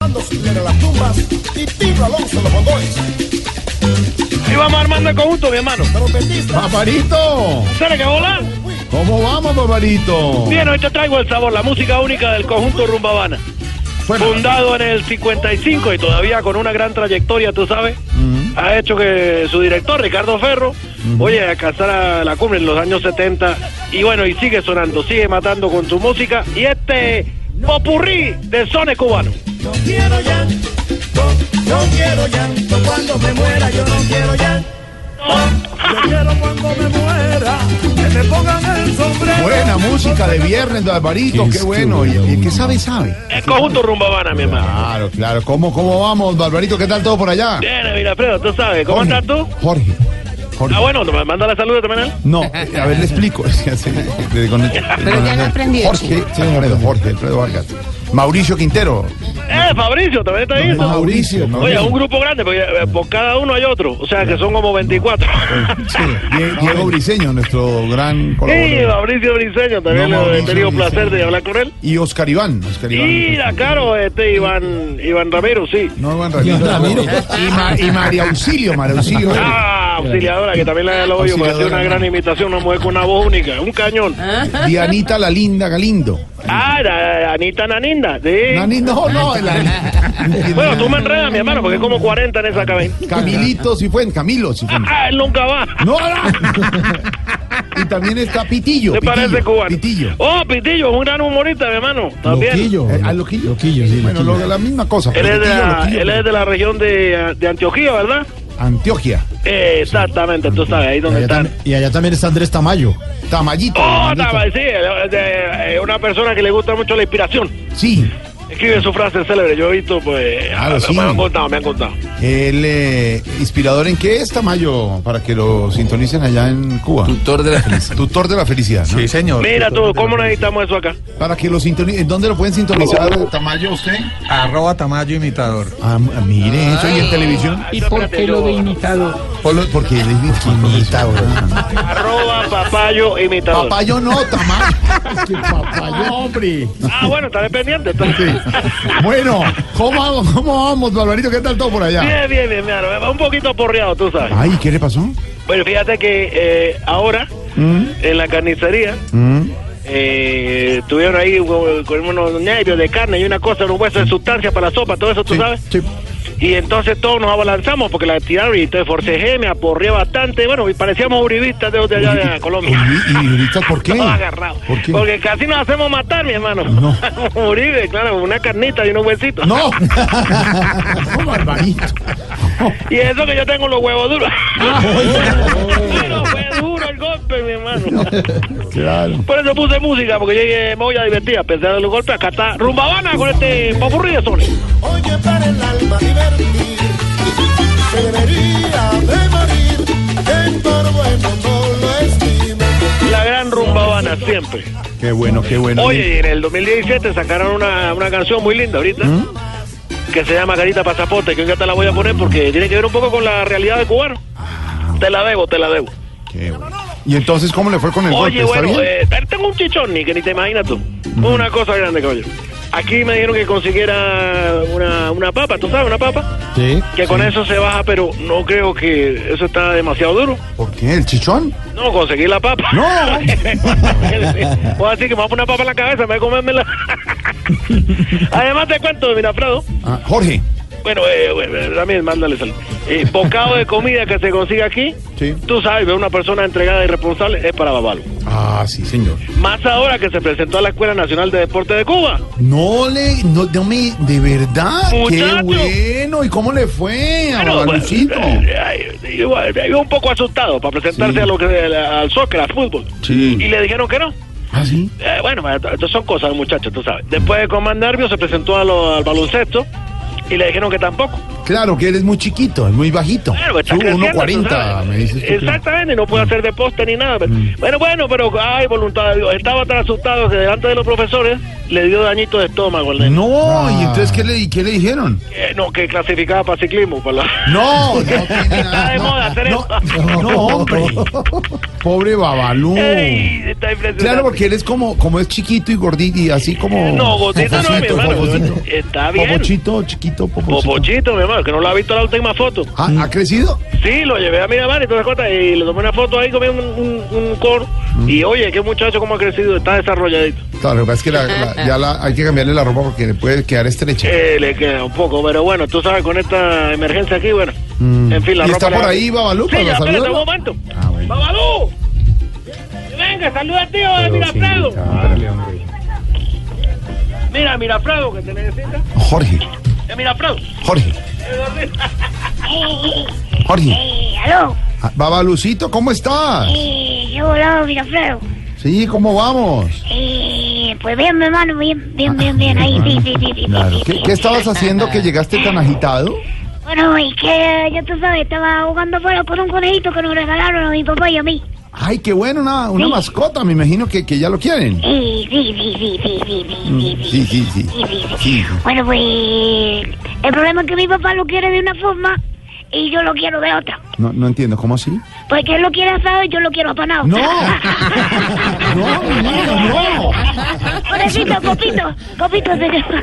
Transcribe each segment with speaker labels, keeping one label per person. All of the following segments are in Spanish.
Speaker 1: las tumbas, Titino Alonso los bondones.
Speaker 2: Y vamos armando el conjunto, mi hermano.
Speaker 1: Trompetista,
Speaker 3: ¡Paparito!
Speaker 2: ¿Sabes qué bola?
Speaker 3: ¿Cómo vamos, paparito?
Speaker 2: Bien, hoy te traigo el sabor, la música única del conjunto Rumbabana. Fundado en el 55 y todavía con una gran trayectoria, tú sabes, ha hecho que su director, Ricardo Ferro, oye, alcanzara la cumbre en los años 70 y bueno, y sigue sonando, sigue matando con su música y este popurrí de sones cubanos.
Speaker 1: no quiero llanto, no quiero llanto cuando me muera, yo no quiero llanto. Yo quiero cuando me muera, que me pongan el sombrero.
Speaker 3: Buena música de viernes, paparito, qué bueno. Y el que sabe, sabe.
Speaker 2: El conjunto Rumbabana, mi hermano.
Speaker 3: Claro, claro. ¿Cómo, cómo vamos, Barbarito? ¿Qué tal todo por allá?
Speaker 2: Bien, mira, Alfredo, tú sabes, ¿cómo
Speaker 3: Jorge,
Speaker 2: estás tú?
Speaker 3: Jorge. Jorge.
Speaker 2: Ah, bueno, mándale saludos también a él.
Speaker 3: No, eh, a ver, le explico. Pero
Speaker 4: ya lo aprendí.
Speaker 3: Jorge, sí, Alfredo, Jorge, Alfredo Vargas. Mauricio Quintero.
Speaker 2: Eh, Fabricio, también está ahí. ¿no?
Speaker 3: Mauricio,
Speaker 2: Oye,
Speaker 3: Mauricio.
Speaker 2: un grupo grande, porque eh, por cada uno hay otro. O sea, que son como 24.
Speaker 3: Sí, Die- Diego Briseño, nuestro gran
Speaker 2: Sí,
Speaker 3: colaborador.
Speaker 2: Fabricio Briseño,
Speaker 3: No,
Speaker 2: también le he
Speaker 3: Mauricio
Speaker 2: tenido
Speaker 3: Briseño.
Speaker 2: placer de hablar con él.
Speaker 3: Y Oscar Iván. Oscar Iván.
Speaker 2: Y la caro, este Iván, Iván Ramiro, sí.
Speaker 3: No, Iván Ramiro. Y, Ma- y María Auxilio, María Auxilio. eh,
Speaker 2: Ah, auxiliadora, que también la lo yo, me hace
Speaker 3: Auxiliadora,
Speaker 2: una
Speaker 3: ¿no?
Speaker 2: gran imitación, una mujer con una voz única, un cañón.
Speaker 3: Dianita la linda Galindo.
Speaker 2: Ah, la- Anita Naninda, sí.
Speaker 3: Nani, no, no. la-
Speaker 2: Bueno, tú me enredas, mi hermano, porque es como 40 en esa cabeza.
Speaker 3: Camilito si fue, Camilo si fue.
Speaker 2: Ah, él nunca va.
Speaker 3: No, no. Y también está Pitillo.
Speaker 2: ¿Te
Speaker 3: Pitillo,
Speaker 2: parece cubano?
Speaker 3: Pitillo.
Speaker 2: Oh, Pitillo, es un gran humorista, mi hermano. También.
Speaker 3: Eh, ¿A Loquillo? sí. Bueno, lo- la misma cosa.
Speaker 2: Él es, de
Speaker 3: Pitillo,
Speaker 2: la,
Speaker 3: Loquillo,
Speaker 2: él es de la región de, de Antioquía, ¿verdad?
Speaker 3: Antioquia.
Speaker 2: Eh, exactamente, tú sabes, ahí donde están.
Speaker 3: Y allá también está Andrés Tamayo. Tamayito.
Speaker 2: ¡Oh,
Speaker 3: Tamayito.
Speaker 2: Tama- sí! eh, de- eh, una persona que le gusta mucho la inspiración.
Speaker 3: Sí.
Speaker 2: Escribe su frase célebre, yo he visto, pues.
Speaker 3: Claro,
Speaker 2: ah,
Speaker 3: sí.
Speaker 2: Me han contado, me han contado.
Speaker 3: El eh, inspirador en qué es Tamayo para que lo sintonicen allá en Cuba.
Speaker 5: Tutor de la felicidad.
Speaker 3: Tutor de la felicidad. ¿no?
Speaker 5: señor.
Speaker 2: Mira tú, ¿cómo necesitamos eso acá?
Speaker 3: Para que lo sintonicen. ¿Dónde lo pueden sintonizar Tamayo usted?
Speaker 5: Arroba Tamayo imitador.
Speaker 3: Ah, mire, eso y en televisión.
Speaker 2: ¿Y por qué lo de
Speaker 3: Polo- Porque él es distinguista,
Speaker 2: Arroba papayo imitador.
Speaker 3: Papayo no, Tamayo. papayo, hombre.
Speaker 2: Ah, bueno, estaré pendiente.
Speaker 3: Sí. Bueno, ¿cómo vamos, cómo vamos, Barbarito? ¿Qué tal todo por allá?
Speaker 2: Bien, bien, bien, mi hermano. Un poquito aporreado, tú sabes.
Speaker 3: Ay, ¿qué le pasó?
Speaker 2: Bueno, fíjate que eh, ahora,
Speaker 3: Mm.
Speaker 2: en la carnicería, eh, tuvieron ahí un- con unos nervios de carne y una cosa, unos huesos de sustancia para la sopa, todo eso, tú sabes.
Speaker 3: sí.
Speaker 2: Y entonces todos nos abalanzamos porque la tiraron y entonces forcejé, me aporré bastante. Bueno, y parecíamos uribistas de, de allá de Colombia.
Speaker 3: Uri- ¿Y ahorita por qué?
Speaker 2: Todos agarrados.
Speaker 3: ¿Por qué?
Speaker 2: Porque casi nos hacemos matar, mi hermano.
Speaker 3: No.
Speaker 2: Uribe, claro, una carnita y unos huesitos.
Speaker 3: No. no, Barbarito.
Speaker 2: Y eso que yo tengo los huevos duros. Pero fue duro el golpe, mi hermano.
Speaker 3: Claro.
Speaker 2: Por eso puse música, porque yo dije, me voy a divertir a pesar de los golpes. Acá está Rumbabana con este popurrí de sones.
Speaker 1: Oye, para el alma divertir, se debería de morir, en todo bueno no lo estima.
Speaker 2: La gran Rumbabana siempre.
Speaker 3: Qué bueno, qué bueno.
Speaker 2: Oye, y en el 2017 sacaron una, una canción muy linda ahorita. Que se llama Carita Pasaporte, que ya te la voy a poner porque tiene que ver un poco con la realidad de cubano. Te la debo, te la debo.
Speaker 3: Qué bueno. ¿Y entonces cómo le fue con el golpe?
Speaker 2: Oye,
Speaker 3: ¿Está
Speaker 2: bueno,
Speaker 3: bien? Mm.
Speaker 2: eh, tengo un chichón, ni que ni te imaginas tú. Una cosa grande, caballero. Aquí me dijeron que consiguiera una, una papa, ¿tú sabes? Una papa.
Speaker 3: Sí.
Speaker 2: Que con eso se baja, pero no creo que eso está demasiado duro.
Speaker 3: ¿Por qué? ¿El chichón?
Speaker 2: No, conseguí la papa.
Speaker 3: ¡No!
Speaker 2: Voy a decir que me voy a poner una papa en la cabeza, me voy a comérmela. Además te cuento, mira, Prado.
Speaker 3: Ah, Jorge.
Speaker 2: Bueno, eh, bueno, también mándale salud. Eh, bocado de comida que se consigue aquí,
Speaker 3: Sí.
Speaker 2: tú sabes, ver una persona entregada y responsable es para babalo.
Speaker 3: Ah, sí, señor.
Speaker 2: Más ahora que se presentó a la Escuela Nacional de Deporte de Cuba.
Speaker 3: No le, no, no me, de verdad, qué
Speaker 2: Muchacho.
Speaker 3: bueno. ¿Y cómo le fue a
Speaker 2: Bueno, pues,
Speaker 3: Barbalucito?
Speaker 2: eh, ay, igual, eh, iba un poco asustado para presentarse
Speaker 3: Sí.
Speaker 2: a lo que, al, al soccer, al fútbol.
Speaker 3: Sí.
Speaker 2: Y le dijeron que no.
Speaker 3: ¿Ah, sí?
Speaker 2: Eh, bueno, ma- t- t- son cosas, muchachos, tú sabes. Después de Comandar Nervio se presentó a lo- al baloncesto y le dijeron que tampoco.
Speaker 3: Claro, que él es muy chiquito, es muy bajito.
Speaker 2: Claro, está
Speaker 3: Su
Speaker 2: creciendo, tú
Speaker 3: 1.40,
Speaker 2: sabes.
Speaker 3: me dices. tú, Mm. claro.
Speaker 2: Exactamente, no puede hacer de poste ni nada. pero- Bueno, bueno, pero hay voluntad de Dios. Estaba tan asustado que delante de los profesores le dio dañito de estómago al nene.
Speaker 3: No, ¿y entonces qué le, y qué le dijeron?
Speaker 2: Eh, no, que clasificaba para ciclismo. Para la-
Speaker 3: No, no tiene
Speaker 2: Está
Speaker 3: nada.
Speaker 2: de moda hacer
Speaker 3: no,
Speaker 2: eso.
Speaker 3: no, no, hombre. Pobre Babalú.
Speaker 2: Ey, está impresionante.
Speaker 3: Claro, porque él es como, como es chiquito y gordito y así como.
Speaker 2: No, gordito no, mi hermano.
Speaker 3: popocito.
Speaker 2: Está bien.
Speaker 3: Popochito, chiquito, popochito. Ah,
Speaker 2: Popochito, mi hermano, que no lo ha visto la última foto.
Speaker 3: ¿Ha, ha crecido?
Speaker 2: Sí, lo llevé a Miramar y todas esas cosas, y le tomé una foto ahí, comí un, un, un coro.
Speaker 3: Mm.
Speaker 2: Y oye, qué muchacho cómo ha crecido, está desarrolladito.
Speaker 3: Claro, lo que pasa es que la- la- ya la- hay que cambiarle la ropa porque le puede quedar estrecha.
Speaker 2: Eh, le queda un poco, pero bueno, tú sabes, con esta emergencia aquí, bueno. En fin, la
Speaker 3: Mm. ¿Y
Speaker 2: ropa
Speaker 3: está
Speaker 2: le
Speaker 3: por
Speaker 2: da-
Speaker 3: ahí Babalú
Speaker 2: Sí,
Speaker 3: para
Speaker 2: ya, espérate un
Speaker 3: saludarlo?
Speaker 2: momento.
Speaker 3: Ah, bueno.
Speaker 2: ¡Babalú! Venga, saluda al tío de Mirafredo. Mira, Mirafredo, que te necesita.
Speaker 3: Jorge,
Speaker 2: Eh, Mirafredo.
Speaker 3: Jorge,
Speaker 2: eh,
Speaker 3: Pues
Speaker 2: gordito.
Speaker 3: Jorge.
Speaker 6: Eh, aló,
Speaker 3: Ah, Babalucito, ¿cómo estás?
Speaker 6: eh, yo volado Miraflores.
Speaker 3: Sí, ¿cómo vamos?
Speaker 6: Eh, pues bien, mi hermano, bien, bien, bien, bien, ahí, sí, sí, sí, sí.
Speaker 3: Claro.
Speaker 6: sí, sí,
Speaker 3: ¿Qué,
Speaker 6: sí.
Speaker 3: qué estabas haciendo que llegaste tan agitado?
Speaker 6: Bueno, y que ya tú sabes, estaba jugando fuera con un conejito que nos regalaron a mi papá y a mí.
Speaker 3: Ay, qué bueno, una, una
Speaker 6: Sí.
Speaker 3: mascota, me imagino que, que ya lo quieren.
Speaker 6: Eh, sí, sí, sí, sí, sí, sí, sí,
Speaker 3: Sí, sí, sí.
Speaker 6: sí, sí, sí.
Speaker 3: Sí.
Speaker 6: Bueno, pues el problema es que mi papá lo quiere de una forma y yo lo quiero de otra.
Speaker 3: No, no entiendo, ¿cómo así?
Speaker 6: Porque él lo quiere asado y yo lo quiero apanado.
Speaker 3: No, no, no, no.
Speaker 6: Pobrecito, Copito, Copito se llama.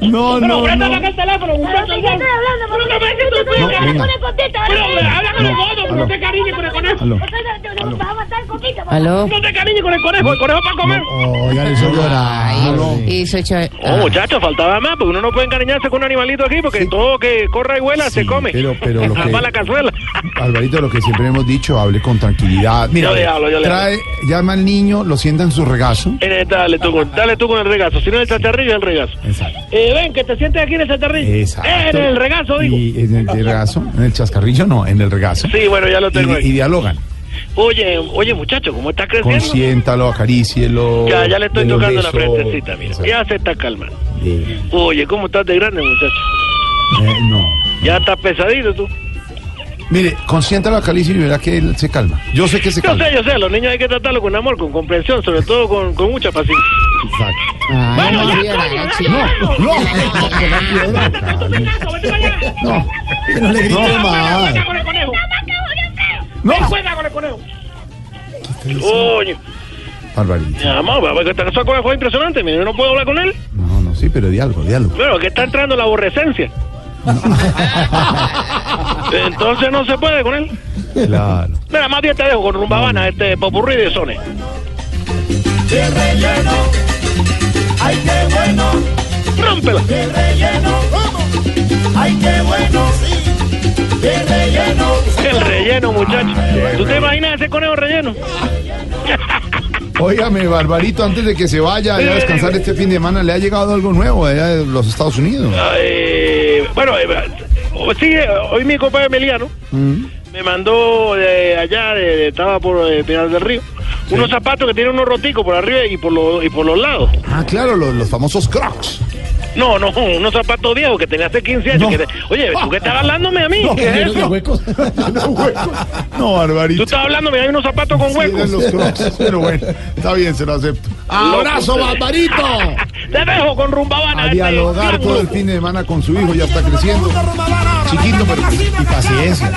Speaker 3: No, no,
Speaker 2: Pero préndale
Speaker 3: no.
Speaker 2: acá el teléfono, muchacho.
Speaker 6: Pero, ¿de qué estoy hablando? ¿Por qué me dices que tú
Speaker 3: No,
Speaker 6: hablas
Speaker 3: venga.
Speaker 6: con el contento?
Speaker 2: Pero, hombre, habla con el
Speaker 3: No,
Speaker 2: gordo,
Speaker 3: aló.
Speaker 2: no te cariñes con el conejo.
Speaker 3: Aló.
Speaker 6: Nos vas a matar, Copito, papá.
Speaker 4: ¿Aló?
Speaker 2: No te cariñes con el conejo, el conejo para comer.
Speaker 3: Oigan, eso llorando. ah.
Speaker 2: Oh, muchachos, faltaba más, porque uno no puede encariñarse con un animalito aquí, porque todo que corra y vuela
Speaker 3: Sí,
Speaker 2: se come.
Speaker 3: pero- pero lo
Speaker 2: Ah,
Speaker 3: que-
Speaker 2: pa' la cazuela.
Speaker 3: Alvarito, lo que siempre hemos dicho, hable con tranquilidad. Mira,
Speaker 2: Yo le hablo, yo le
Speaker 3: trae, llama al niño, lo sienta en su regazo.
Speaker 2: Eh, dale, tú con, dale tú con el regazo, si no en el chacharrillo, en el regazo.
Speaker 3: Exacto.
Speaker 2: Eh, ven, que te sientes aquí en el chacharrillo. En el regazo, digo.
Speaker 3: Y en el, regazo, en el chascarrillo no, en el regazo.
Speaker 2: Sí, bueno, ya lo
Speaker 3: Y,
Speaker 2: tengo
Speaker 3: y
Speaker 2: ahí.
Speaker 3: dialogan.
Speaker 2: Oye, oye, muchacho, ¿cómo estás creciendo?
Speaker 3: Consiéntalo, acarícielo.
Speaker 2: Ya, ya le estoy
Speaker 3: dele un
Speaker 2: tocando la
Speaker 3: beso.
Speaker 2: frentecita, mira.
Speaker 3: Exacto.
Speaker 2: Ya se está calmando.
Speaker 3: Eh,
Speaker 2: Oye, ¿cómo estás de grande, muchacho?
Speaker 3: eh, no.
Speaker 2: Ya estás pesadito tú.
Speaker 3: Mire, consiéntalo, acarícielo y verá que él se calma. Yo sé que se
Speaker 2: Yo
Speaker 3: calma.
Speaker 2: sé, yo sé, los niños hay que tratarlos con amor, con comprensión, sobre todo con, con mucha paciencia.
Speaker 3: Exacto.
Speaker 2: Bueno, ya,
Speaker 3: ah, No, no. No, que no le grite más. No.
Speaker 2: Coño,
Speaker 3: Barbarito.
Speaker 2: mi amor, papá, que esta cosa fue impresionante, mira, yo no puedo hablar con él.
Speaker 3: No, no, sí, pero diálogo, diálogo.
Speaker 2: Bueno, que está entrando la aborrecencia. Entonces no se puede con él.
Speaker 3: Claro.
Speaker 2: Mira, más bien te dejo con Rumbabana, este popurrí de Sone.
Speaker 1: De relleno, ay qué bueno,
Speaker 2: ¡Rómpela!
Speaker 1: de relleno, ay qué bueno, sí, de relleno.
Speaker 2: El relleno, muchacho. ¿Tú te imaginas ese conejo relleno?
Speaker 3: Óigame, Barbarito, antes de que se vaya allá a descansar este fin de semana, ¿le ha llegado algo nuevo allá de los Estados Unidos?
Speaker 2: Ay, bueno, eh, sí, eh, hoy mi compadre Emiliano
Speaker 3: Mm.
Speaker 2: me mandó de allá, de, de- estaba por eh, Pinar del Río, unos zapatos que tienen unos roticos por arriba y por, los y por los lados.
Speaker 3: Ah, claro, los, los famosos Crocs.
Speaker 2: No, no, unos zapatos viejos que tenía hace 15 años.
Speaker 3: No.
Speaker 2: que te- oye, ¿tú qué estás hablándome a mí?
Speaker 3: No,
Speaker 2: ¿Qué es
Speaker 3: eran
Speaker 2: eso?
Speaker 3: huecos. Los huecos. No, Barbarito.
Speaker 2: Tú estás hablándome, hay unos zapatos con
Speaker 3: Sí, eran
Speaker 2: huecos.
Speaker 3: los Crocs. Pero bueno, está bien, se lo acepto. ¡Abrazo, Barbarito!
Speaker 2: Te dejo con rumbabana.
Speaker 3: A
Speaker 2: este
Speaker 3: dialogar todo el
Speaker 2: triángulo.
Speaker 3: fin de semana con su hijo, ya está creciendo. Chiquito, pero. Y paciencia.